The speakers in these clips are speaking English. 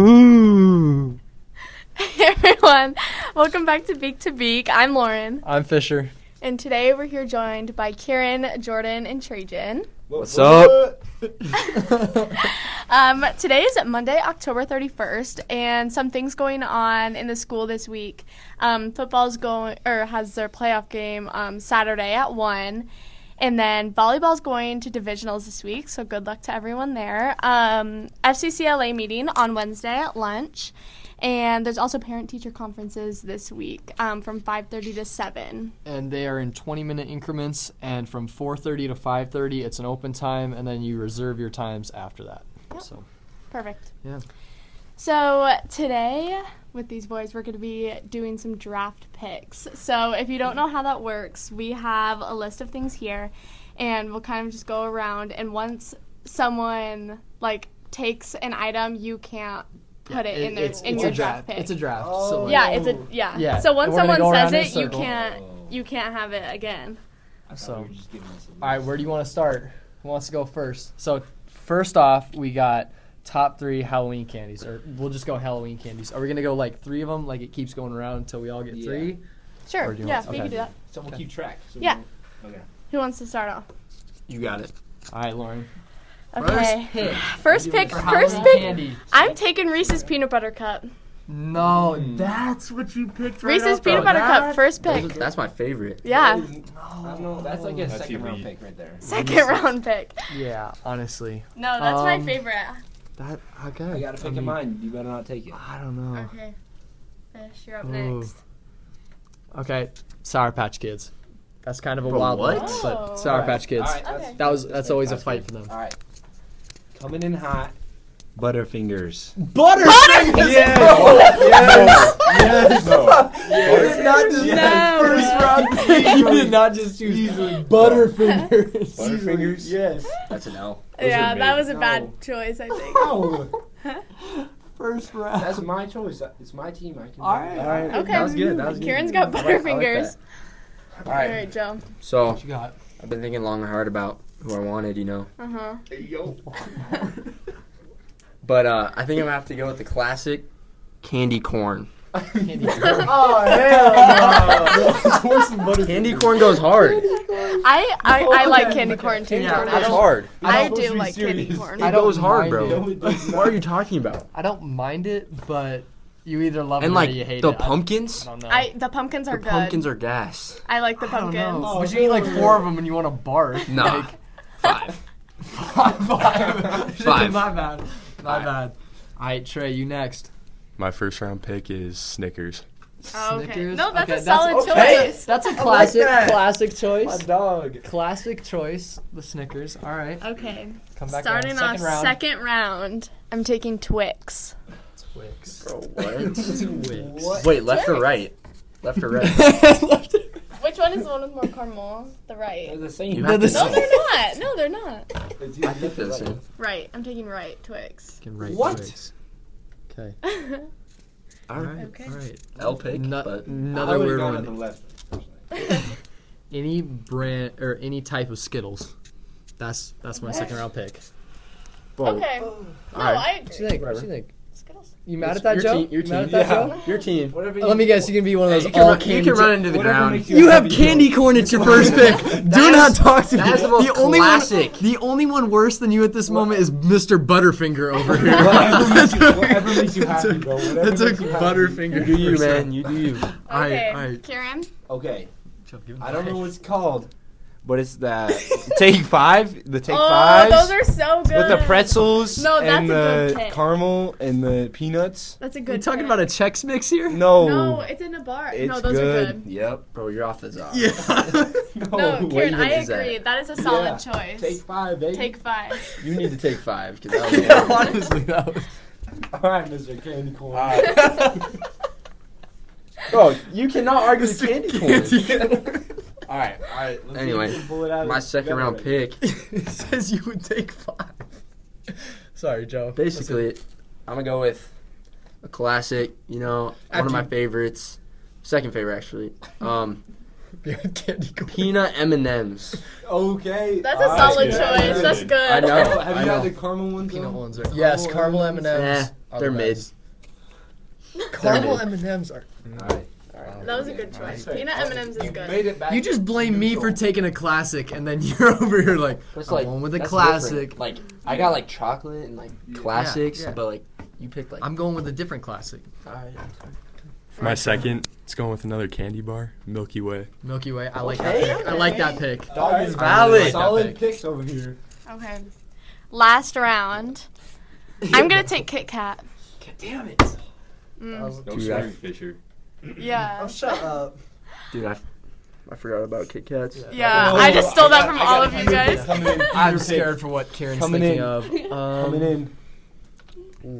Ooh. Hey everyone, welcome back to Beak to Beak. I'm Lauren, I'm Fisher. and today we're here joined by Kieran, Jordan, and Trajan. What's up? Um, today is Monday, October 31st, and some things going on in the school this week. Um, football's going or has their playoff game um, Saturday at one, and then volleyball's going to divisionals this week. So good luck to everyone there. Um, FCCLA meeting on Wednesday at lunch, and there's also parent-teacher conferences this week um, from 5:30 to 7. and they are in 20 minute increments and from 4.30 to 5.30 it's an open time and then you reserve your times after that so Perfect. Yeah. So today with these boys, we're going to be doing some draft picks. So if you don't know how that works, we have a list of things here, and we'll kind of just go around. And once someone like takes an item, you can't put it, in their it's, in it's your a draft, pick. it's a draft so Oh. like, yeah, it's a yeah. Yeah, So once and we're gonna someone go says around in a it, you circle. can't you can't have it again. so all right I where do you want to start who wants to go first so first off we got top three halloween candies or we'll just go halloween candies are we gonna go like three of them like it keeps going around until we all get Yeah. three Sure. Or do you Yeah, want- we okay. can do that. So we'll keep track. So Yeah. we'll- okay. Who wants to start off? You got it. all right lauren Okay. pick First pick. for First Halloween pick. candy I'm taking Reese's peanut butter cup. no that's what you picked right Reese's off the peanut butter cup, bat? first pick. That's my favorite. Yeah, Oh. No, that's like a That's second round elite. pick right there. second round pick. yeah honestly No, that's my Um, favorite. That okay. I got to pick in mean, mind. You better not take it. I don't know. Okay, Fish, you're up Ooh. next. Okay, Sour Patch Kids. That's kind of a But wild one, what? Oh. but Sour Patch Kids. Alright, Okay. that's- That was let's that's pick always a Patch fight Kids. for them. All right. Coming in hot. Butterfingers. Butterfingers. Yes. Yes. No. did not just Yes. first round. you did not just choose Butterfingers. Butterfingers. Yes. That's an L. yeah, are that made. was a No. bad choice, I think. Oh, First round. that's my choice. It's my team. I can. All right. All right. Okay. That was good. That was Kieran's good. got I like- I like Butterfingers. that. All All right. right, Joe. So What you got? I've been thinking long and hard about who I wanted, you know. Uh huh. But uh, I think I'm gonna have to go with the classic candy corn. Candy. Oh hell no! Candy corn goes hard. I I, I like candy corn too. Yeah, Jordan. I I, It's don't- hard. I I don't- do like candy corn. I It don't goes hard, mind bro. it. What are you talking about? I don't mind it, but you either love And it like or you hate the it. I- I pumpkins, don't know. I the pumpkins are the good. pumpkins are gas. I like the I don't know. pumpkins. But you eat like four of them and you want to barf. Nah. Like, Five. five. Five. Five. My bad. My Five. bad. All right, Trey, you next. My first round pick is Snickers. Oh, okay. Snickers. No, that's a Okay, solid okay. choice. That's a classic, that. classic My choice. dog. Classic choice. The Snickers. All right, Okay, come back. starting around. off second round. second round. I'm taking Twix. Twix. Bro, what? Twix. Wait, left or Twix. right? Left or right? Which one is the one with more caramel? The right. They're the same. You have the to No, same. know. they're not. No, they're not. I think they're the same. Right. I'm taking right, Twix. Fucking right What? Twix. Okay. All right. Okay. All right. L pick. No- but another weird one. left. Any brand or any type of Skittles. That's that's my second round pick. Whoa. Okay. No, Alright. I agree. think? What you think? Skittles. You mad at that, your Joe? team- your You mad at team. that, Yeah. Joe? Your team. Whatever Let me guess. You can be one of those You can, all run, you candy. can run into the Whatever ground. makes You have happy, candy corn. It's your first pick. Do not talk to me. that is the most only classic. One, the only one worse than you at this moment is Mr. Butterfinger over here. Whatever makes you- whatever makes you happy, bro. Whatever That took makes you happy. Butterfinger. You do you, man. You do you. All right, Okay. all right. Kieran. Okay, Chubb, give him I don't the know mic. what it's called, but it's that Take five. The take oh, fives those are so good. with the pretzels No, that's and a good the pick. caramel and the peanuts. That's a Are good. you talking pick. about a Chex mix here? No, Oh. No, it's in a bar. no, it's those good. are good. Yep, bro, you're off the zone. Yeah. Oh, No, what Kieran, even I is agree. that is a solid choice. take five, baby. Take five. You need to take five because that was Yeah, honestly, that was. All right, Mr. Candy Corn. Bro, you cannot argue with candy all right, all right. Let's see if Anyway, we can pull it out of My this second round together. pick. it says you would take five. Sorry, Joe. Basically, I'm gonna go with a classic. You know, one After of my you- favorites. Second favorite, actually. Um, Listen, candy corn. peanut M and M's. Okay, That's a all right, solid yeah, choice. yeah. That's good. I know. Have I you know. had the caramel ones? Peanut though? ones are yes, caramel M and M's Yeah. are They're the mid. best. Caramel M and M's are. All right. That was a good choice. Nice. Peanut M&M's is good. Made it back. You just blame me for taking a classic, and then you're over here like, It's I'm like going with a that's classic. different. Like I got like chocolate and like classics, yeah. but like you picked like. I'm going with a different classic. all right. My second, it's going with another candy bar, Milky Way. Milky Way. I like Okay, that. Pick. I like that pick. Dog is valid. valid. Solid Pick. picks over here. Okay. Last round. I'm gonna take Kit Kat. God damn it, Mm, Oh, Dude, I, Fisher. yeah. Oh, shut up. dude, I, I forgot about Kit Kats. Yeah, Oh, I just stole I that got- from I got all of you Peter guys. Pick. Coming in, Peter I'm Pick. scared for what Karen's Coming thinking in. of. Coming Um, in.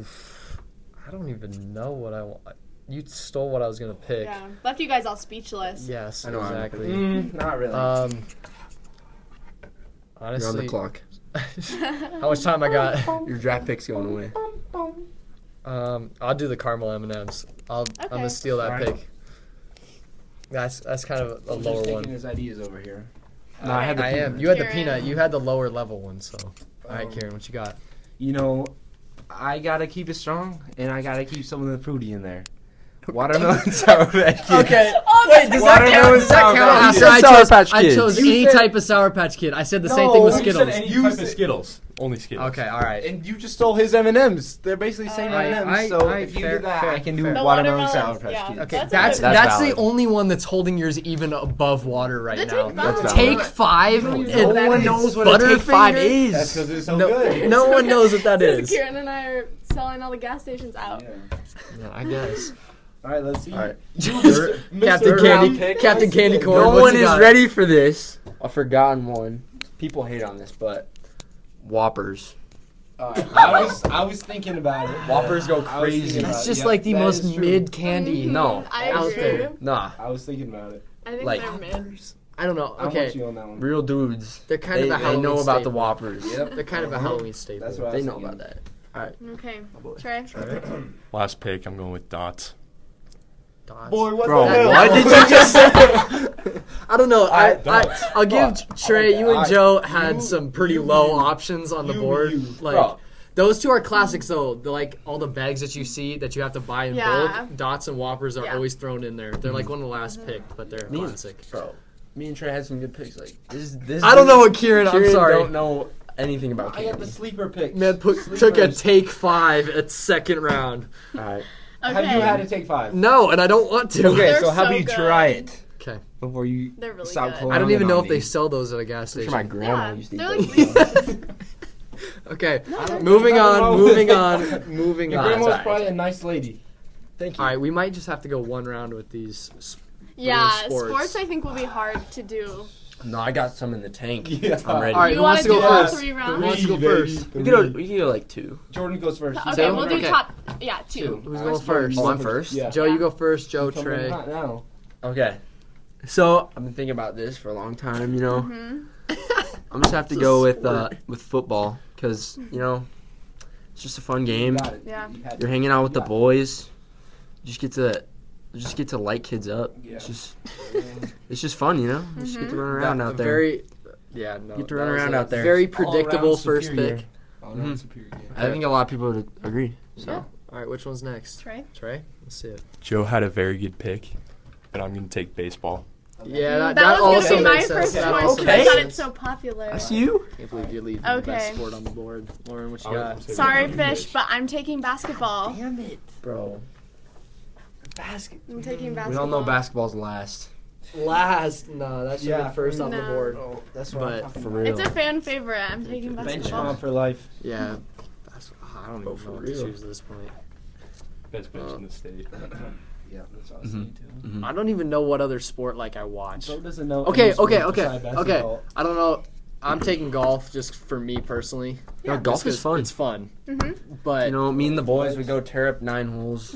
oof. I don't even know what I want. You stole what I was gonna pick. Yeah. Left you guys all speechless. Yes, I know what I'm exactly. Mm, not really. Um, You're on the honestly, clock. how much time I Oh, got? Your draft pick's going away. Um, I'll do the caramel M and M's. I'll I'm Okay. gonna steal that Alright. pick. That's that's kind of a Just lower taking one. his ideas over here. No, I had the. I peanut. am. You had the Karen. peanut. You had the lower level one. So, all right, Um, Karen, what you got? You know, I gotta keep it strong, and I gotta keep some of the fruity in there. Watermelon sour patch. Kids. Wait, does that count? Watermelon Does that sour count? patch. I You said said I Sour chose, Patch I Kids. chose You any said- type of Sour Patch Kid. I said the same thing No, with you said Skittles. any- You type of said Skittles. Only Skittles. Okay, all right. And you just stole his M and M's. They're basically saying I- M and Uh, I- M's. So I- if you fair- do that, fair- I can do fair. The watermelon watermelon, sour patch. yeah. Kids. Okay, that's That's a that's, good one. That's the valid. only one that's holding yours even above water right The now. Take Five. That's Take valid. five. No and one that is knows what a Take Five Butterfinger? is. That's because it's so No, good. no one knows what that Since is. Kieran and I are selling all the gas stations out. Mm-hmm. Yeah. Yeah, I guess. All right, let's see. All right. Mr. Captain Mr. Candy, Round Pick. Captain Let's see Candy it. Corn. No what's one he is got? ready for this. I've forgotten one. People hate on this, but Whoppers. All right. I was I was thinking about it. Whoppers go I was thinking crazy. about That's it. just Yep, like the that most is true. mid candy. Mhm. No, I out agree. there. Nah, I was thinking about it. I think Like- they're mid. I don't know. I'm with Okay, you on that one. real dudes. they're kind They, of a they Halloween know about the staple. Whoppers. They're kind of a Halloween staple. That's what I They was know thinking. about that. Okay, Oh, boy. Trey. Last pick, I'm going with dots. Dots. Boy, what Bro, the hell? what did you just say? I don't know. I, Alright, dots. I, I'll give Trey. You Alright, and Joe had you- some pretty you- low you. options on the You- board. you. Like Bro. those two are classics though. They're like all the bags that you see that you have to buy in Yeah. bulk. Dots and Whoppers are Yeah. Mm-hmm. always thrown in there. They're like one of the last picked, but they're a Me- classic. Bro, me and Trey had some good picks. Like this, this. I don't dude- know what Kieran. I'm Kieran sorry. Don't know anything about I got the candy. sleeper pick. Man put, took a take five at second round. All right. Okay. Have you had a take five? No, and I don't want to. Okay, They're so so how about you good. try it Okay. before you They're really stop good. pulling? I don't even on know if me. they sell those at a gas Pretty station. sure my grandma Yeah, used to. they're eat like those. these. Okay. No, Moving Nothing on, wrong moving with on, it. moving Your on. grandma's alright. probably a nice lady. Thank you. All right, we might just have to go one round with these. s- yeah, sports. sports. I think will be hard to do. No, I got some in the tank. Yeah. I'm ready. All right, You who wanna wants to go do all first? three Who rounds? wants to go Three, baby. first? We could go. We could go like two. Jordan goes first. She's Okay, going we'll first. do Okay. top. Yeah, two. Who's Alright, going she's going first? Oh, I'm first? Yeah. Joe, you go first. Joe, Come in Trey. hot now. Okay. So I've been thinking about this for a long time. You know, Mhm. I'm just have to It's a go with uh, sport. with football because you know it's just a fun game. You got it. Yeah. You had You're it. hanging out with the Yeah. boys. You just get to just get to light kids up. Yeah. It's just it's just fun, you know. You just get to run That- around a out there. Very, yeah, no. You have to that run was around a out there. Very All-around predictable first superior. pick. Oh, Mhm. no, it's superior game. I think a lot of people would agree. So Yeah. All right, which one's next? Trey. Trey, let's see it. Joe had a very good pick, but I'm going to take baseball. Yeah, that, that, was also gonna be my makes sense. first That choice. also but I Okay. makes thought it's sense. so popular. that's you. Can't believe you're leaving the Okay. best sport on the board. Lauren, what you got? Sorry, fish, but I'm taking basketball. Damn it, bro. Basket. I'm taking basketball. We all know basketball's last. Last, no, that should Yeah. be first on the No. board. Oh, that's what I'm what. But- For real. It's a fan favorite. I'm taking Bench basketball. mom for life. Yeah. That's, I don't even for know what real. to choose at this point. Best bench in the state. Yeah, that's what I was Mhm. too. I don't even know what other sport like I watch. Joe doesn't know. Okay, any sport okay, okay, besides okay. basketball. I don't know. I'm taking golf just for me personally. No, Just golf is 'cause fun. It's fun. Mhm. But You know, me and the boys would go tear up nine holes.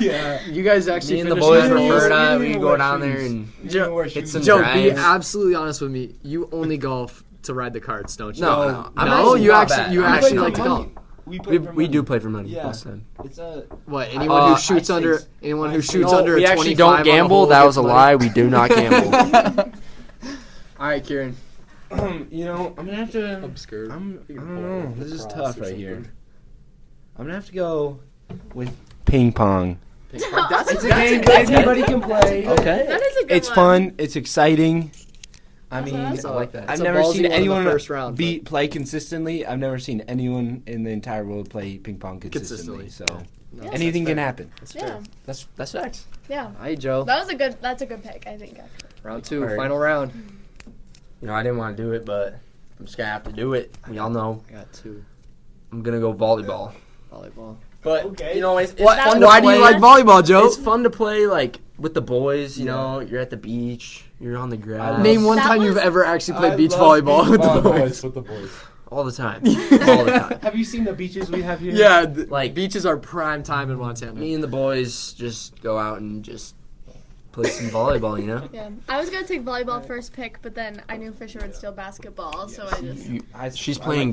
Yeah. you guys actually me and the finished boys nine were holes. furred up. You We know go what down shoes. there and Joe, wear it's shoes. some Joe, be drives. absolutely honest with me. You only golf to ride the carts, don't you? no, no. No, I'm no, actually you not actually bad. you I'm actually not like to bad. golf. We, We, play for we do money. play for money Yeah. most of the time. It's a. What? Anyone Uh, who shoots I under think- anyone I who shoots No, under we a actually 25 on don't a gamble. hole That gets was a money. lie. We do not gamble. All right, Kieran. you know, I'm gonna have to. Obscure. I'm. I Your don't ball know. with This the is cross tough or right here. I'm gonna have to go with ping pong. That's a game that everybody can play. Okay. That is a good It's one. fun. It's exciting. I mean, I like that. I've It's a never ballsy seen one in the anyone first round, beat play consistently. I've never seen anyone in the entire world play ping pong consistently. So Yes, anything can happen. That's Yeah, fair. That's that's facts. yeah. All right, Joe. That was a good. That's a good pick, I think. Actually. Round two, All right. final round. You know, I didn't want to do it, but I'm just gonna have to do it. We all know I got two. I'm gonna go volleyball. Volleyball. But you know, it's, it's What- fun. to why do you play. like volleyball, It's fun to play like with the boys. You know, you're at the beach, you're on the grass. Name one That time you've was- ever actually played I beach love volleyball beach with the volleyball. boys. with the boys. all the time, all the time. Have you seen the beaches we have here? Yeah, th- Like- beaches are prime time in Montana. Me and the boys just go out and just play some volleyball. You know, Yeah, I was gonna take volleyball first pick, but then I knew Fisher would steal basketball, so I just. I, she's I playing like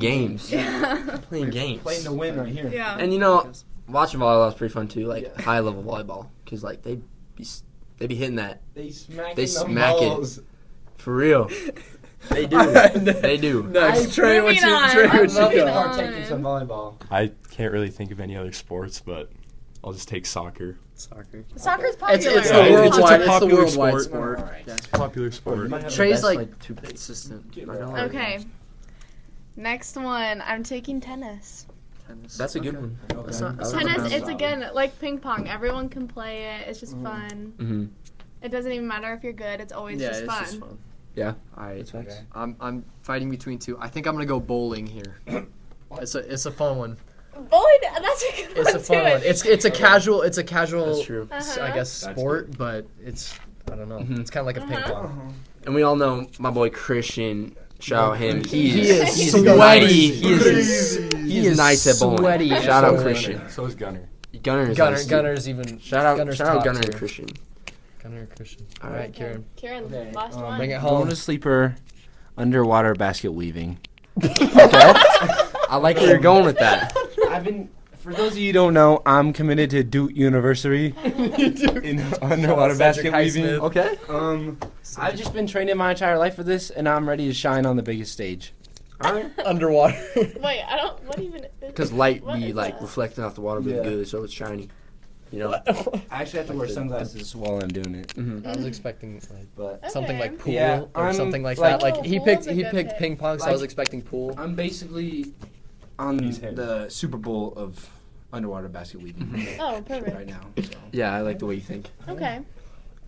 games, Yeah. playing games. Playing to win right here. yeah. And you know, watching volleyball is pretty fun too. Like Yeah. high level volleyball, because like they be s- they be hitting that They smack. They in the smack it. balls. for real. They do. they do. Next, Trey, what you, Moving on. Trey, I what would you love to Moving got? on. partake in some volleyball. I can't really think of any other sports, but I'll just take soccer. Soccer. Soccer's popular. It's, it's the Yeah, it's a worldwide. It's, the popular worldwide sport. sport. Popular sport. Might have the Trey's best, like- two Consistent. Get Not gonna out. lie. okay. Next one. I'm taking tennis. Tennis. That's a good Okay. one. That's not- that's not a Tennis. bad It's one. again like ping pong. Everyone can play it. It's just fun. Mm-hmm. It doesn't even matter if you're good. It's always Yeah, just it's fun. just fun. Yeah. All right. facts. I'm I'm fighting between two. I think I'm gonna go bowling here. It's a it's a fun one. Boyd, that's a good It's a fun one. It's it's a casual it's a casual That's true. s- I Uh-huh. guess That's sport, but it's I don't know. Mhm. It's kind of like a ping Uh-huh. pong. And we all know my boy Christian. Shout out him. He is, He is he is sweaty. Nice. He is, Crazy. he is nice at bowling. sweaty. Shout out So- Christian. So is Gunner. Gunner is Gunner nice too. Gunner's even Shout out Gunner's shout out top Gunner and tier. Christian. Gunner and Christian. All All right, right. Karen. Kieran, Okay, last um, one. Bring it home. Going to sleeper, underwater basket weaving. I like where you're going with that. I've been. For those of you who don't know, I'm committed to Duke University in underwater Cedric basket Highsmith. weaving. Okay. Um, I've just been training my entire life for this, and I'm ready to shine on the biggest stage. All right. Underwater. Wait, I don't. What even? Because light What be is like that? reflecting off the water be Yeah. good, so it's shiny. You know. I actually have to wear sunglasses while I'm doing it. I was expecting like But something Mm. Okay. like pool Yeah, or I'm something like, like- that. Like Oh, he pool's picked a he good picked pick. ping pong, so I Like- was expecting pool. I'm basically on He's him. the Super Bowl of underwater basket weaving Oh, right perfect. now. so. Yeah, I like the way you think. Okay.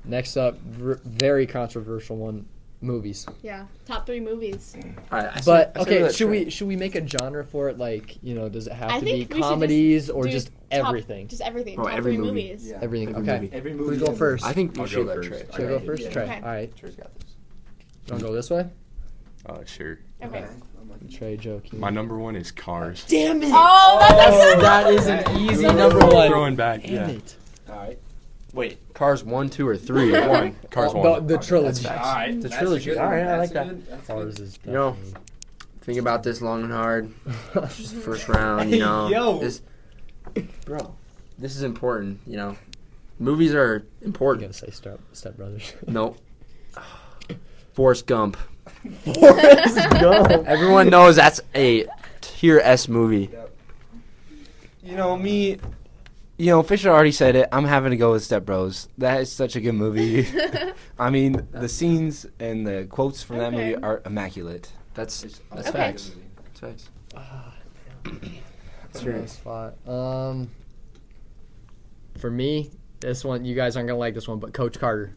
Next up, ver- very controversial one, movies. Yeah. Top three movies. All right. I see- But I see where okay, that's should going. we should we make a genre for it? Like you know, does it have I to be think we should just comedies or do just top- everything? Just everything. Bro, top every three movie. movies. Yeah. everything. Every okay, movie. Every movie. who's going is- first? I think we I'll should go let first. Trey. should I go first? yeah. Trey. Okay. All right, Trey's got this. you wanna go this way? Uh, sure. Okay. Trey, Joe, Keenan. My number one is cars. Damn it! Oh, that's a good that is an easy number Throwing- one. Throwing back. Damn yeah. it! Alright. Wait, cars one, two, or three? One. Cars Oh, one. the, the trilogy. Alright. The trilogy. All right, I like that. Cars is You know, definitely- Think about this long and hard. Just the first round, you know. Yo. This, bro, this is important, you know. Movies are I'm gonna important. say Step Step Brothers. Nope. Forrest Gump. Forrest Gump. Everyone knows that's a tier S movie. You know me. You know Fisher already said it. I'm having to go with Step Bros. That is such a good movie. I mean, the scenes and the quotes from that Okay. movie are immaculate. That's that's Okay. facts. That's facts. Ah, That's Sure. right. Spot. Um, for me, this one you guys aren't gonna like this one, but Coach Carter.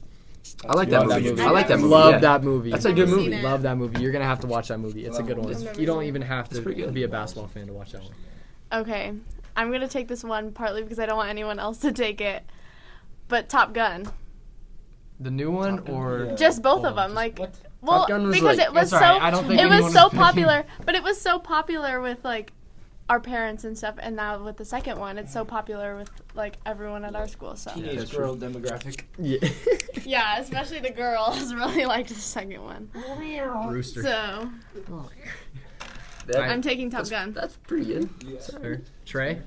I like that Love movie. I I've like that never movie. Love yeah. that movie. That's a good Never movie. seen it. Love that movie. You're gonna have to watch that movie. It's a good one. I've never you don't seen it. even have to It's pretty good. be a basketball fan to watch that one. Okay. I'm gonna take this one partly because I don't want anyone else to take it. But Top Gun, The new one or Oh, yeah. just both of Well, them, like, what? well, Gun was because like- it was That's so all right, I don't think it was anyone so was picking- popular, but it was so popular with like our parents and stuff, and now with the second one, it's so popular with like everyone at our school. So Teenage that's girl demographic. yeah. yeah, especially the girls really liked the second one. Rooster. So That- I'm taking Top Gun. That's pretty good. Trey,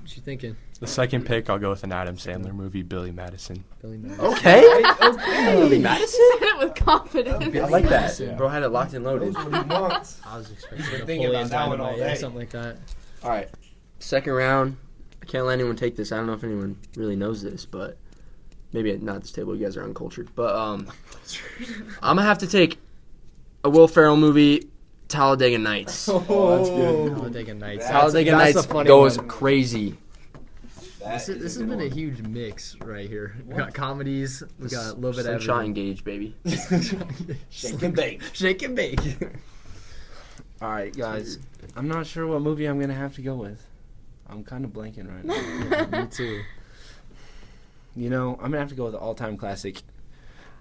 what you thinking? The second pick, I'll go with an Adam Sandler movie, Billy Madison. Billy Madison. Oh. Okay. okay. Billy Madison. She said it with confidence. I like that. Yeah. Bro had it locked and loaded. I was expecting been Napoleon thinking about that one all Dynamite or day. something like that. All right. second round. I can't let anyone take this. I don't know if anyone really knows this, but maybe at- not at this table. You guys are uncultured. But um, I'm gonna have to take a Will Ferrell movie, Talladega Nights. Oh, that's good. Talladega Nights. Talladega That's a Nights funny goes one. crazy. This, is, this has been a huge mix right here. We got comedies. We got a little bit of Sunshine Gauge, baby. everything. Shake and bake. Shake and bake. All right, guys. I'm not sure what movie I'm gonna have to go with. I'm kind of blanking right now. Me too. You know, I'm gonna have to go with the all-time classic,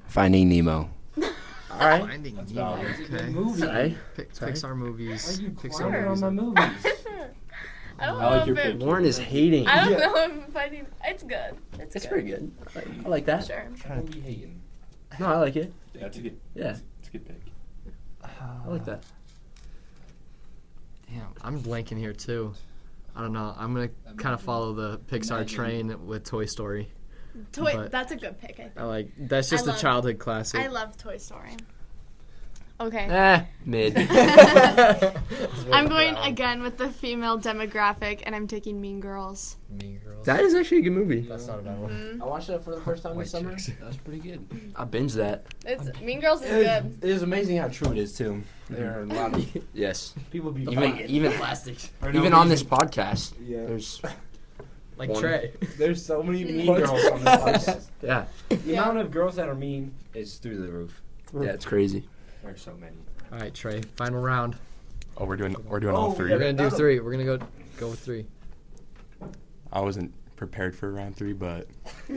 Finding Nemo. All right. Finding Nemo. valid. Okay. Hey, Pi- Pixar movies. Pixar Clowning movies. on my movies. I don't I like know your if it, pick. Lauren is hating. I don't know if I'm fighting. It's good. It's, It's good. pretty good. I like- I like that. Sure. What are you hating? No, I like it. That's a good. Yeah, It's a good pick. I like that. Damn, I'm blanking here too. I don't know. I'm gonna kind of follow the Pixar train with Toy Story. Toy. But- that's a good pick. I, think. I like that's just I a love- childhood classic. I love Toy Story. Okay. Eh, mid. I'm going again with the female demographic, and I'm taking Mean Girls. Mean Girls. that is actually a good movie. That's not a bad one. Mm-hmm. I watched that for the first time White this summer. chicks. That was pretty good. I binge that. It's Mean Girls is It good. is amazing how true it is too. There are a lot of Yes. people be Even fighting. even Plastics. Or no even on this reason. podcast, Yeah. there's Like One. Trey. There's so many mean What? girls on this podcast. yeah, The Yeah. amount of girls that are mean is through the roof. yeah, it's crazy. There's so many. All right, Trey. Final round. Oh, we're doing we're doing Oh, all we three. We're gonna do Another- three. We're gonna go go with three. I wasn't prepared for round three, but I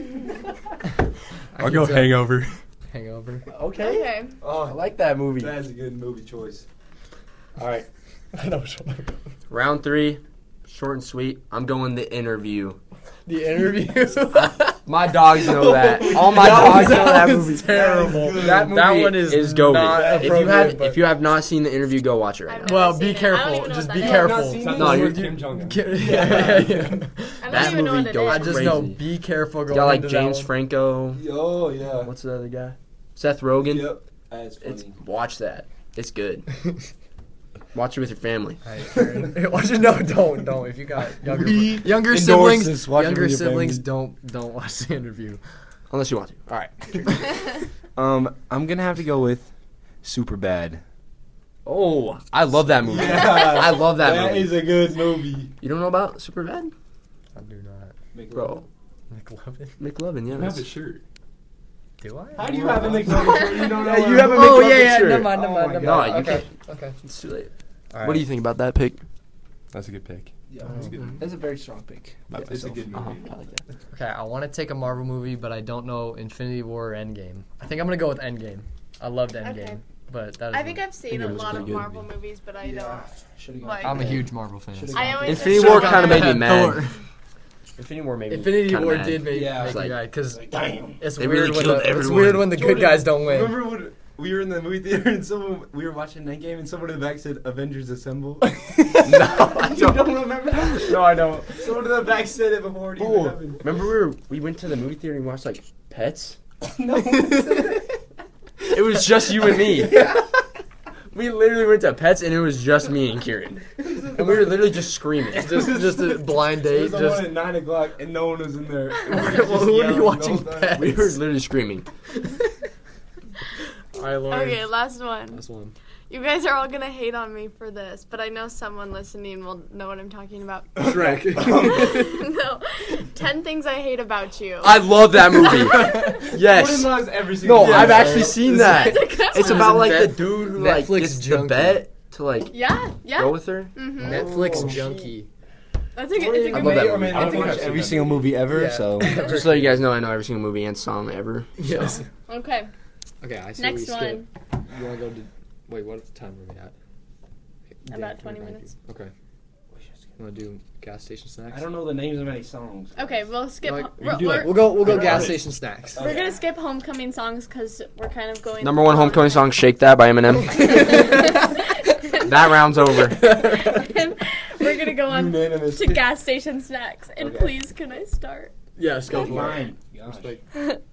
I'll can go tell. Hangover. Hangover. Okay. Okay. Oh, I like that movie. That's a good movie choice. All right. I know which one. Round three, short and sweet. I'm going the interview. The interview. My dogs know that. All my dogs know that movie. terrible. That, That movie one is goated. not If you have appropriate, if you have not seen the interview, go watch it right I've never now. Well, seen be it. I don't careful. even know Just what be that careful. is. No, no, you're- you're Kim Jong Un. Ki- yeah, yeah. I don't That even know movie what it goes- I is. just know. Crazy. Be careful. You Going got like into James that one. Franco. Oh yeah. What's the other guy? Seth Rogen. Yep. That's funny. It's watch that. It's good. Watch it with your family. Alright, watch it. No, don't, don't. If you got younger, younger endorse siblings, this. Watch it younger with your siblings, family. don't don't watch the interview. Unless you want to. All right. um, I'm gonna have to go with Super Bad. Oh, I love that movie. I love that, That movie. is a good movie. you don't know about Superbad, I do not. bro? McLovin. McLovin, yeah. I have a that's- shirt. Do I? How do you have a McDonald's? You don't know. Yeah, you what- have a oh McLovin yeah, yeah. shirt. Never mind, Oh never mind, my never No, mind. you okay, okay. It's too late. Alright. What do you think about that pick? That's a good pick. Yeah, that's good. That's a very strong pick. I- It's a good movie. Oh, I like that. Okay, I want to take a Marvel movie, but I don't know Infinity War or Endgame. I think I'm gonna go with Endgame. I loved Endgame, Okay. but that is. I think I've seen a Mean Girls lot is of pretty good. Marvel movies, but I Yeah. Should have Like- I'm a huge Marvel fan. Should've so- don't. I always Infinity War assume kinda that- made me mad. Thor. Infinity War maybe. Infinity kinda War mad. did make, Yeah. make It's me like- mad because Damn. it's They weird really when killed the, it's everyone. weird when the good guys don't win. Remember when we were in the movie theater and someone we were watching that game and someone in the back said "Avengers Assemble"? no, I you don't. don't remember that? No, I don't. Someone in the back said it before it even Fool. happened. Remember we were, we went to the movie theater and watched like Pets. No. It was just you and me. We literally went to Pets and it was just me and Kieran, and we were literally just screaming. just just a blind It date. was the Just one at nine o'clock and no one was in there. Well, who are you watching pet? We were literally screaming. all right, Lauren. Okay, last one. This one. You guys are all gonna hate on me for this, but I know someone listening will know what I'm talking about. Shrek. no, ten things I hate about you. I love that movie. yes. Loves every single No, year. I've actually seen that. It's a good It's one. about like the Netflix dude who like gets the junkie. bet to like yeah, yeah. go with her. hmm Netflix Oh, junkie. That's a good. It's a I good movie. love I that movie. mean, I I've don't watch seen every single movie ever, Yeah. so Just so you guys know, I know every single movie and song ever. Yes. Okay, Okay, I see what we next skipped. one. You want to go to? Wait, what time are we at? About Damn, 20 25. minutes. Okay. You want to do gas station snacks? I don't know the names of any songs. Okay, we'll skip. Like, ho- we we're, can do we're, it. We'll go. We'll go Okay. gas station snacks. we're gonna skip homecoming songs because we're kind of going. Number one homecoming song, "Shake That" by Eminem. that round's over. And we're gonna go on Unanimous. to gas station snacks. And Okay. please, can I start? Yes, go for it. Mine. Gosh. Respect.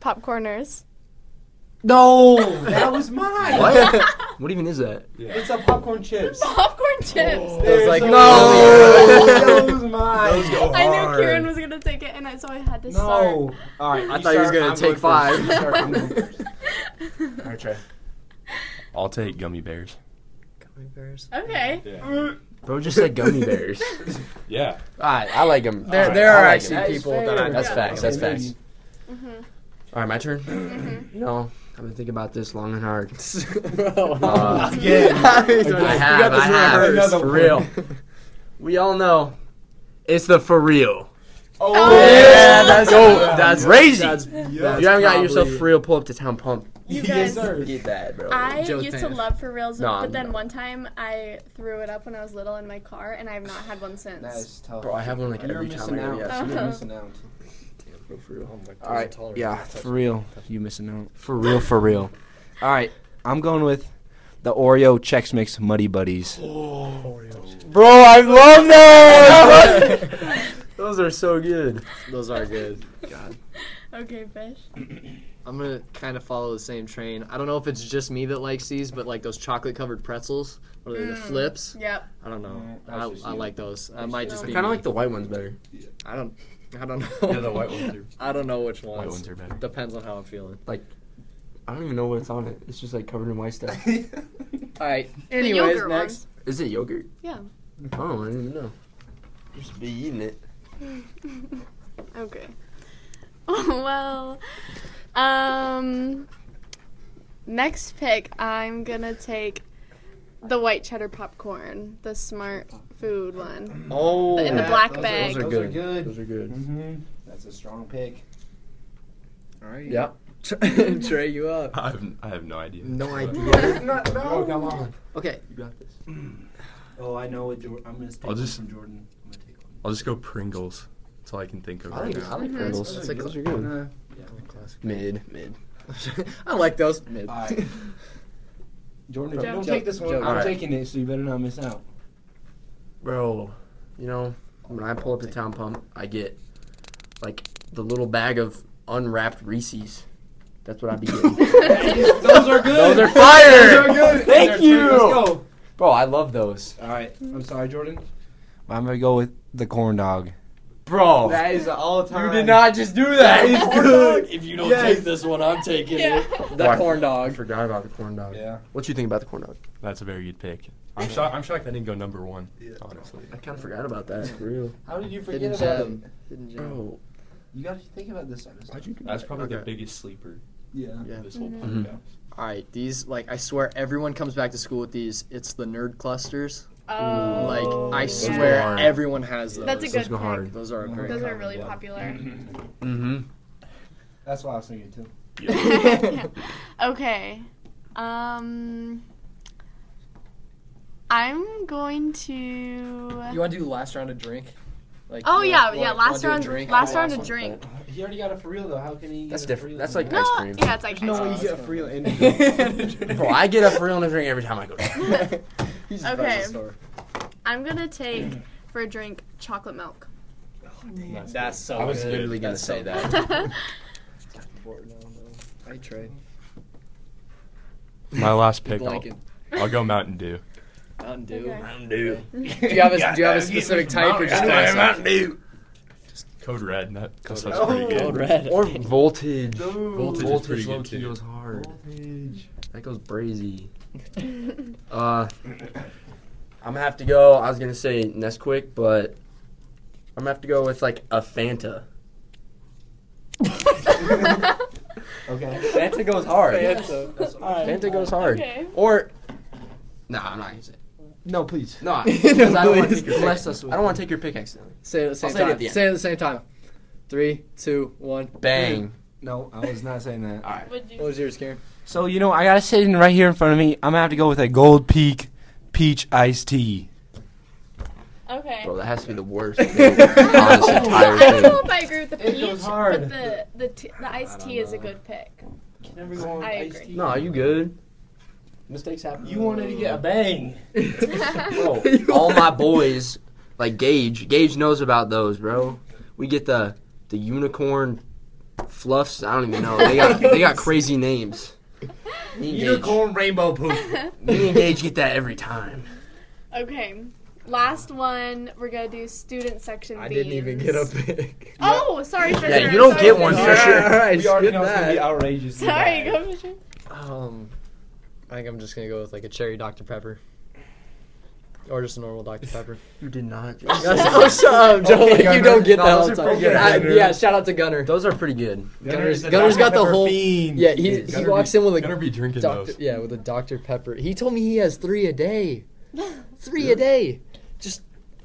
Popcorners. No. That was mine. What? what even is that? It's a popcorn chips. Popcorn chips. There's like, a- no. Oh. That was mine. Those go I knew hard. Kieran was gonna take it, and I, so I had to No. All right. I you thought he was start, gonna I'm take going first. five. You start, I'm going first. start. All right, try. I'll take gummy bears. okay. Yeah. Bro just said gummy bears. Yeah. Alright, I like them. There, Alright, there I are like actually it. That is people fair. that I That's Yeah. facts. That's Okay, facts. Mm-hmm. All right, my turn. You know, I've been thinking about this long and hard. Uh, Again. I have, I have. rehearsed. It's for real. we all know it's the for real. Oh. Yeah, that's Yo, that's crazy. That's, Yeah. you haven't got yourself for real. Pull up to town pump. You Yes, guys. sir. Get that, bro. I Joe used Tan. to love for reals, No, but then no. one time I threw it up when I was little in my car, and I have not had one since. That is tough. Bro, I have one like You're every time. missing I go, out. yeah, Uh-huh. You're missing out. for real. Oh Oh. All right. Yeah, for real. You missing out. For real, for real. All right. I'm going with the Oreo Chex Mix Muddy Buddies. Bro, I love those. Those are so good. Those are good. okay, fish. I'm gonna kind of follow the same train. I don't know if it's just me that likes these, but like those chocolate covered pretzels or Mm. the flips. Yep. I don't know. Mm, that's just I, I you. like those. I might just I be. kind of like the white ones better. I don't. I don't know. are, I don't know which ones. white ones are better. Depends on how I'm feeling. I don't even know what's on it. It's just like covered in white stuff. All right. The Anyways, yogurt next. Is it yogurt? Yeah. Oh, I didn't even know. Just be eating it. one. Okay. well, um, next pick, I'm gonna take the white cheddar popcorn, the smart food one. Oh. in the yeah, black those are- bag. Those are Those good. are good. Those are good. Mm-hmm. That's a strong pick. All right. Yep. Trey, you up? I have, I have no idea. No idea. Oh, come on. Okay. You got this. Oh, I know what Jordan. I'm gonna steal I'll just- one from Jordan. I'm gonna take one. I'll just go Pringles. That's all I can think of I right like, now. I like Pringles. That's a Those are I'm good. gonna- Mid, mid. I like those. Mid. All right. Jordan, if you Joe, don't Joe, take this one, Joe. I'm All right. taking it, so you better not miss out. Bro, you know, when I pull up to Town Pump, I get like the little bag of unwrapped Reese's. That's what I be getting. Those are good. Those are fire! Thank Thank you. you! Bro, I love those. All right. I'm sorry, Jordan. I'm gonna go with the corn dog. Bro, That is all time. you did not just do that. If you don't Yes. take this one, I'm taking Yeah. it. Why? The corn Oh, I dog. forgot about the corn dog. Yeah. What you think about the corn dog? That's a very good pick. I'm shocked. I'm shocked I didn't go number one. Honestly, I kind of forgot about that. For real. How did you forget Hidden about gem. it? Hidden gem. Bro, You gotta think about this side of stuff. why'd you do that's that? probably the Okay. biggest sleeper. Yeah. Yeah. This whole Mm-hmm. Mhm. podcast. All right, these like I swear everyone comes back to school with these. It's the nerd clusters. Oh. like I yeah. swear Hard. everyone has those. That's a Those good go pick. hard. Those are very Those are common. really popular. Mm-hmm. That's why I was thinking too. okay. Um, I'm going to. You want to do last round of drink? Like Oh you yeah, want- yeah. want- Last wanna round, do a drink? last Okay. round to one. drink. He already got it for real though. How can he? That's get a different. free That's one? like- No, Ice cream. yeah, it's like ice cream. Oh, get a free one. Bro, I get up for real and a drink every time I go. He's Okay. back to the store. I'm gonna take for a drink chocolate milk. That's, so. I was good. literally gonna That's say so that. good. I tried. My last Good pick. I'll, blanket. I'll go Mountain Dew. Mountain Dew. Okay. Dew. Do you have a Do you have a specific type or just one? Dew. Code Red. That, that's Red. pretty good. Code Red. Oh. Or voltage. Voltage, is pretty Voltage good low key too. goes hard. That goes brazy. uh, I'm gonna have to go. I was gonna say Nesquik, but I'm gonna have to go with like a Fanta. Okay. Fanta goes hard. That's what I- Fanta goes hard. Okay. Or nah, I'm not gonna say. it. No, please. No, I- 'cause I don't want to take your pick. Bless us with I don't want to take your pick accidentally. Say it at the same time. say it at the end. Say it at the same time. Three, two, one. Bang. No, I was not saying that. Would What you? was yours, Karen? So you know, I got it sitting right here in front of me. I'm gonna have to go with a Gold Peak peach iced tea. Okay. Bro, that has to be the worst. Honest Oh, entire I don't know thing. if I agree with the It peach, goes hard. but the the t- the iced tea is a good pick. I agree. No, are you good? Mistakes happen. You wanted to get a bang. Bro, all my boys, like Gage, Gage knows about those, bro. We get the the unicorn fluffs. I don't even know. They got they got crazy names. Unicorn rainbow poop. Me and Gage get that every time. Okay. Last one, we're gonna do student section. I didn't even get a themes. pick. Oh, sorry, Fisher. you don't Sorry, get one, Fisher. Fisher. All right, We already skip know it's gonna be that. outrageous. Sorry, go Fisher. Um, I think I'm just gonna go with like a cherry Dr Pepper, or just a normal Dr Pepper. You did not. oh, shut up, Joe. Okay, Like, you Gunner. don't get No, that those all are the time. pretty good. I- Gunner. yeah, shout out to Gunner. Those are pretty good. Gunner's- Gunner's got the whole- Yeah, he, is. he walks in with Better a be drinking doctor. those. Yeah, with a Dr Pepper. He told me he has three a day. Three a day. Just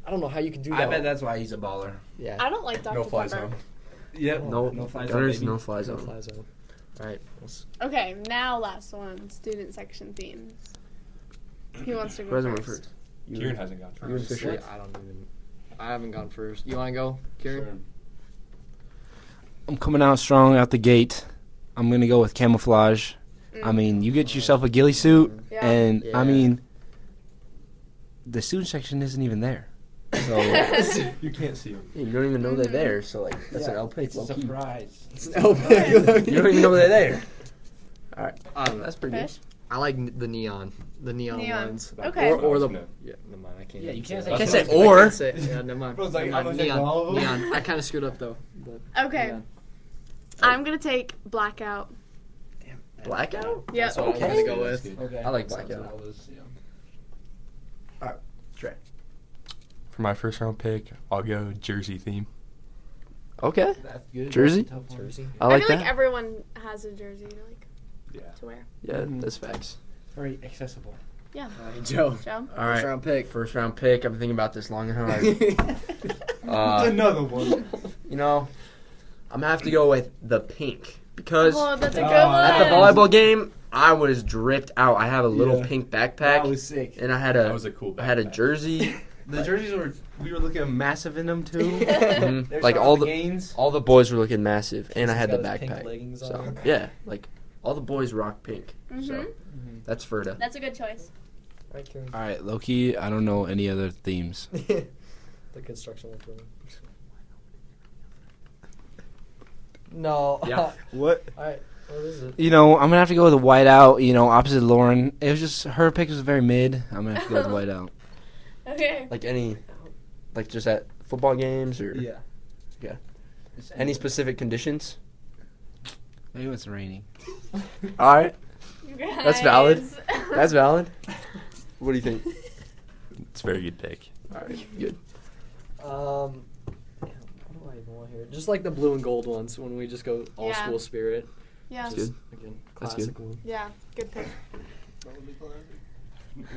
I don't know how you can do that. I bet that's why he's a baller. Yeah. I don't like Dr. No fly Pepper. zone. Yeah. No, no flies Gunner's out, baby. no fly No zone. fly zone. All right. let's- Okay, now last one, student section themes. Who wants to go Who hasn't went first? first? Kieran hasn't gone You and first. Fisher. Honestly, I don't even. I haven't gone first. You want to go, Kieran? I'm coming out strong out the gate. I'm gonna go with camouflage. I mean, you get yourself a ghillie suit, Yeah. and Yeah. I mean, the student section isn't even there. So You can't see him. Yeah, you don't even know they're there, so like that's an L pick. low key. surprise. You don't even know they're there. I don't know. That's pretty Fish? I like n- the neon, the neon, Neon. ones. Okay. Or, or the No. yeah, never mind. I can't. Yeah, you even can't that. say- I can't say or. I can't say- yeah, never mind. I was like, Never I'm mind. gonna say all neon, of them. neon. I kind of screwed up though. But Okay, neon. I'm gonna take blackout. good. Blackout. Yep. That's what Okay. I'm gonna go with. okay. I like blackout. For my first round pick, I'll go jersey theme. Okay. That's good. Jersey? That's a tough one. Jersey. I like feel that. like everyone has a jersey like Yeah. to wear. yeah, that's facts. Very accessible. All right, Uh, Joe. Joe. All First right. round pick. First round pick. I've been thinking about this long and hard. It's Uh, Another one. you know, I'm gonna have to go with the pink because Oh, that's a good Oh, one. that's at the volleyball game I was dripped out. I have a little Yeah. pink backpack, That was sick. and I had a I That was a cool. had a backpack. jersey. The jerseys were we were looking massive in them too. Mhm. There's Like some all the gains. all the boys were looking massive, and I He's had the got his pink backpack. leggings So on. yeah, like all the boys rock pink. So Mhm. that's Ferda. That's a good choice. Right, Kieran. All right, Loki. I don't know any other themes. the construction worker. No. Yeah. What? All right. What is it? You know, I'm gonna have to go with the whiteout. You know, opposite Lauren. It was just her pick was very mid. I'm gonna have to go with whiteout. Okay. Like any, like just at football games or any specific conditions. Maybe it's raining. All right, You That's valid. guys. that's valid. What do you think? It's a very good pick. All right, good. Um, damn, what do I even want here? Just like the blue and gold ones when we just go all Yeah. school spirit. yeah. Just, Again, That's classic good. one. Yeah. Good pick.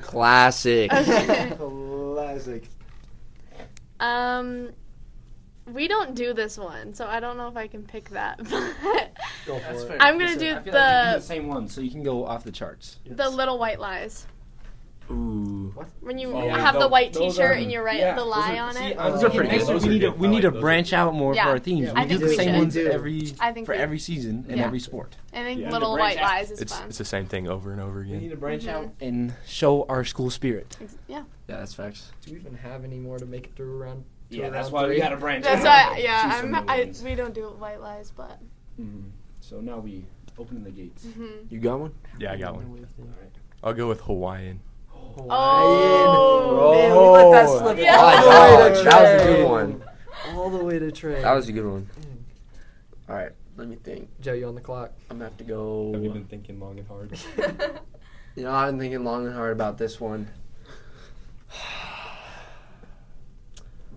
Classic. Okay. Classic. Um, we don't do this one, so I don't know if I can pick that. But Go for it. I'm gonna do the same one, so you can go off the charts. the little white lies. Ooh. When you Oh, yeah, have the tho- white those T-shirt are- and you write yeah, the those lie are- on see, um, it. I'm Uh, just for thinking next those week are we need to good. we I need like to those. branch out more Yeah. for our themes. Yeah, I we do think the we same should. ones every I think for we- every season and Yeah. every sport. I think Yeah. little The branch white lies is It's fun. it's the same thing over and over We need again. to branch Mhm. out. And show our school spirit. Ex- yeah. Yeah, that's facts. Do we even have any more to make it through around? to Yeah, that's around why we three? gotta branch That's out. why. Yeah. See some I'm, new I, ones. we don't do white lies, but. Mhm. So now we open the gates. mhm. You got one? Yeah, I got one. I'll go with Hawaiian. Oh. Man, we let that slip Yeah. all the Oh, way to that was a Trey. good one. All the way to Trey. That was a good one. Mm. All right, let me think. Joe, you on the clock? I'm gonna have to Have you go. been thinking long and hard? You know, I've been thinking long and hard about this one.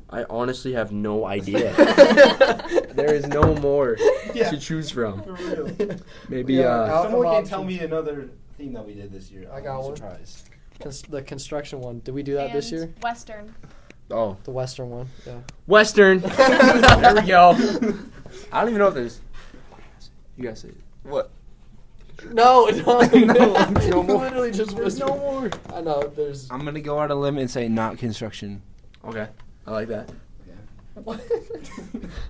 I honestly have no idea. there is no more Yeah. to choose from. real. Maybe Yeah. uh, Out of Someone can options. tell me another theme that we did this year. I I'll got be one. surprised. Cons- the construction one. Did we do that this And year? Western. oh, The western one. Yeah. Western. there we go. I don't even know if there's. You guys say it. No, no, No, no, no more. Literally just There's whispered. no more. I know. There's. I'm gonna go out on a limb and say not construction. Okay, I like that.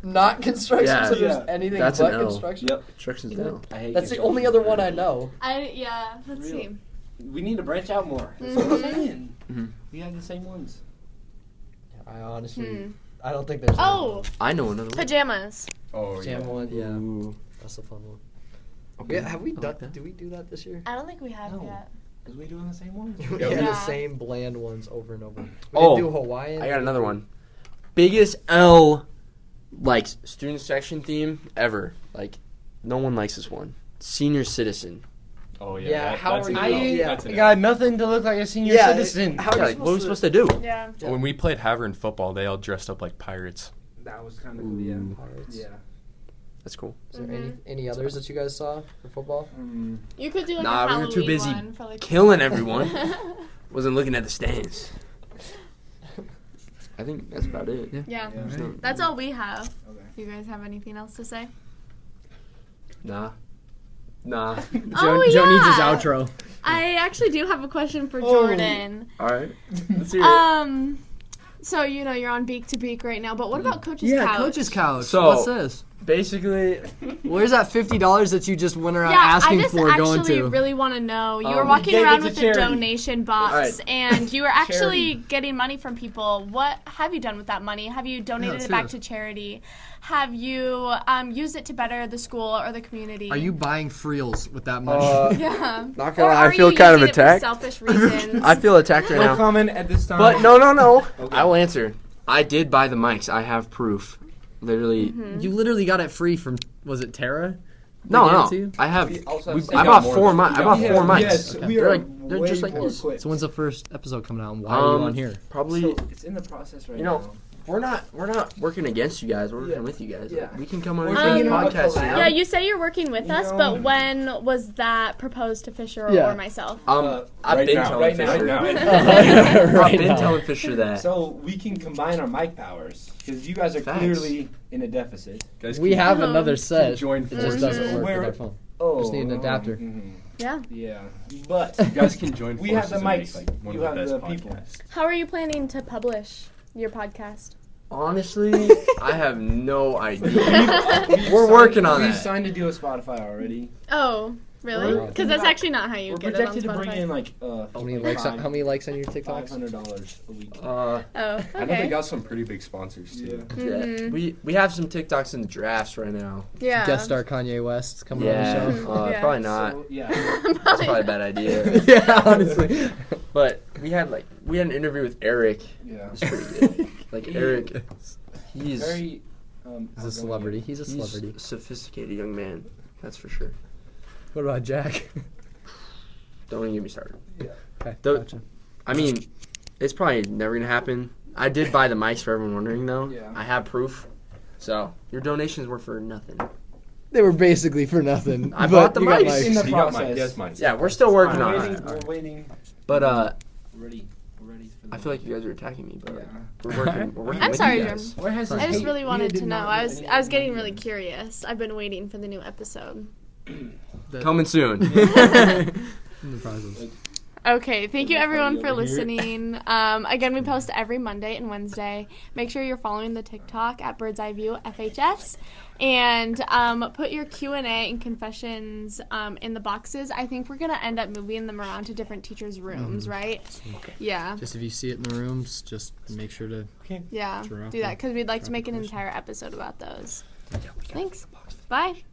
Not construction. Yeah. so there's Yeah. anything That's but an L. construction. Instructions Yeah. down. I hate That's the only other one I know. I yeah. Let's Real. see. We need to branch out more. That's what I'm saying. We have the same ones. I honestly, Hmm. I don't think there's. Oh, I know another one. pajamas. Oh Jam one. Yeah. Ooh. That's a fun one. Okay. Yeah, have we I like done? that. do we do that this year? I don't think we have No. yet. Is we doing the same one? we Yeah. do the Yeah. same bland ones over and over. We Oh, did do Hawaiian. I got another one. Biggest L, like student section theme ever. Like, no one likes this one. Senior citizen. Oh yeah. Yeah, that- how that's are an you- L. I- That's an L. nothing to look like a senior Yeah, how are Yeah, you like, what are we supposed supposed to do? Yeah. Yeah. When we played Haver in football, they all dressed up like pirates. That was kind Ooh. Yeah. That's cool. Is there Mhm. any, any others that you guys saw for football? Mm, You could do like Nah, a we Halloween were too busy one for like Killing everyone. Wasn't looking at the stands. I think that's about it. Yeah. yeah. yeah. That's all we have. Okay. You guys have anything else to say? Nah. Nah. Oh, Joe needs his yeah. outro. I actually do have a question for Oh. Jordan. All right. Let's hear it. Um, so you know you're on beak to beak right now, but what about coach's couch? couch. So- What's this? Basically, Where's that fifty dollars that you just went around Yeah, asking I just for going actually to? really want to know. You were Um, walking gave around it to with a charity. donation box, Alright. and you were actually getting money from people. What have you done with that money? Have you donated let's it hear back to charity? Have you um, used it to better the school or the community? Are you buying freels with that money? uh, Yeah. Not gonna Or lie, I are feel you kind of using it for attacked. selfish reasons. I feel attacked right No now. comment at this time. But no, no, no. Okay. I will answer. I did buy the mics. I have proof. Literally. Mm-hmm. you literally got it free from was it Tara? Mm-hmm. No, They gave it no. to you? I have. We, also have to I take bought out more four of mics. I bought Yeah, four mics. Yes, Okay. we They're are like- they're way just like more this. equipped. So when's the first episode coming out? And why are Um, you on here? Probably. So it's in the process right You know, now. we're not. We're not working against you guys. We're working Yeah. with you guys. Yeah. We can come on We're and do thinking about podcasts. collab. yeah, you say you're working with You us, know- but when was that proposed to Fisher or, Yeah. or myself? Um, Uh, I've right been now, right telling now, Fisher. right now. I've Right been now. telling Fisher that. So we can combine our mic powers because you guys are Facts. clearly in a deficit. Guys, We keep- have Um, Mm-hmm. another set. join It forces. just doesn't work Where- with our phone. Oh, Just need an adapter. mhm. Yeah. Yeah, but You guys can join We forces. have the and make, mics. like, one You of the have best the people. podcasts. How are you planning to publish your podcast? Honestly, I have no idea. oh, We're working on we that. signed a deal with Spotify already. really? We're- Because that's actually not how you We're get it on projected to bring in Spotify. like uh, How many likes? On, how many likes on your Five TikToks? hundred dollars a week. Uh, Oh, I know they okay. got some pretty big sponsors too. yeah. Mm-hmm. Mhm. We we have some TikToks in the drafts right now. Yeah. Guest star Kanye West coming Yeah. on the show. Uh, Yeah. Probably not. So, yeah. That's probably a bad idea. yeah, honestly. But we had like we had an interview with Eric. Yeah. It's pretty good. Like Eric, he's Very. Um, He's a celebrity. He's a he's celebrity. a sophisticated young man. That's for sure. What about Jack? Don't even get me started. Okay, The- gotcha. I mean, it's probably never gonna happen. I did buy the mics for everyone wondering though. Yeah. I have proof. So your donations were for nothing. They were basically for nothing. I but bought the you got mics. likes. In the You got process. mics. Yes, mics. Yeah, we're still We're working waiting. on it. We're waiting. But uh, We're ready. We're ready for the I feel like you guys are attacking me, but Yeah. we're working. We're working I'm with sorry, you Jordan. guys. Where has I just really wanted to know. I was I was getting really curious. I've been waiting for the new episode. Coming soon. In the process. Okay, thank you Everybody everyone for over here. listening. Um, again, Mm-hmm. we post every Monday and Wednesday. Make sure you're following the TikTok at Bird's Eye View FHS, and um, put your Q and A and confessions um, in the boxes. I think we're gonna end up moving them around to different teachers' Mm-hmm. rooms, right? Yeah, Just if you see it in the rooms, just make sure to. yeah, Drop do that it. because we'd like to Drop make a an question. entire episode about those. Thanks. Bye.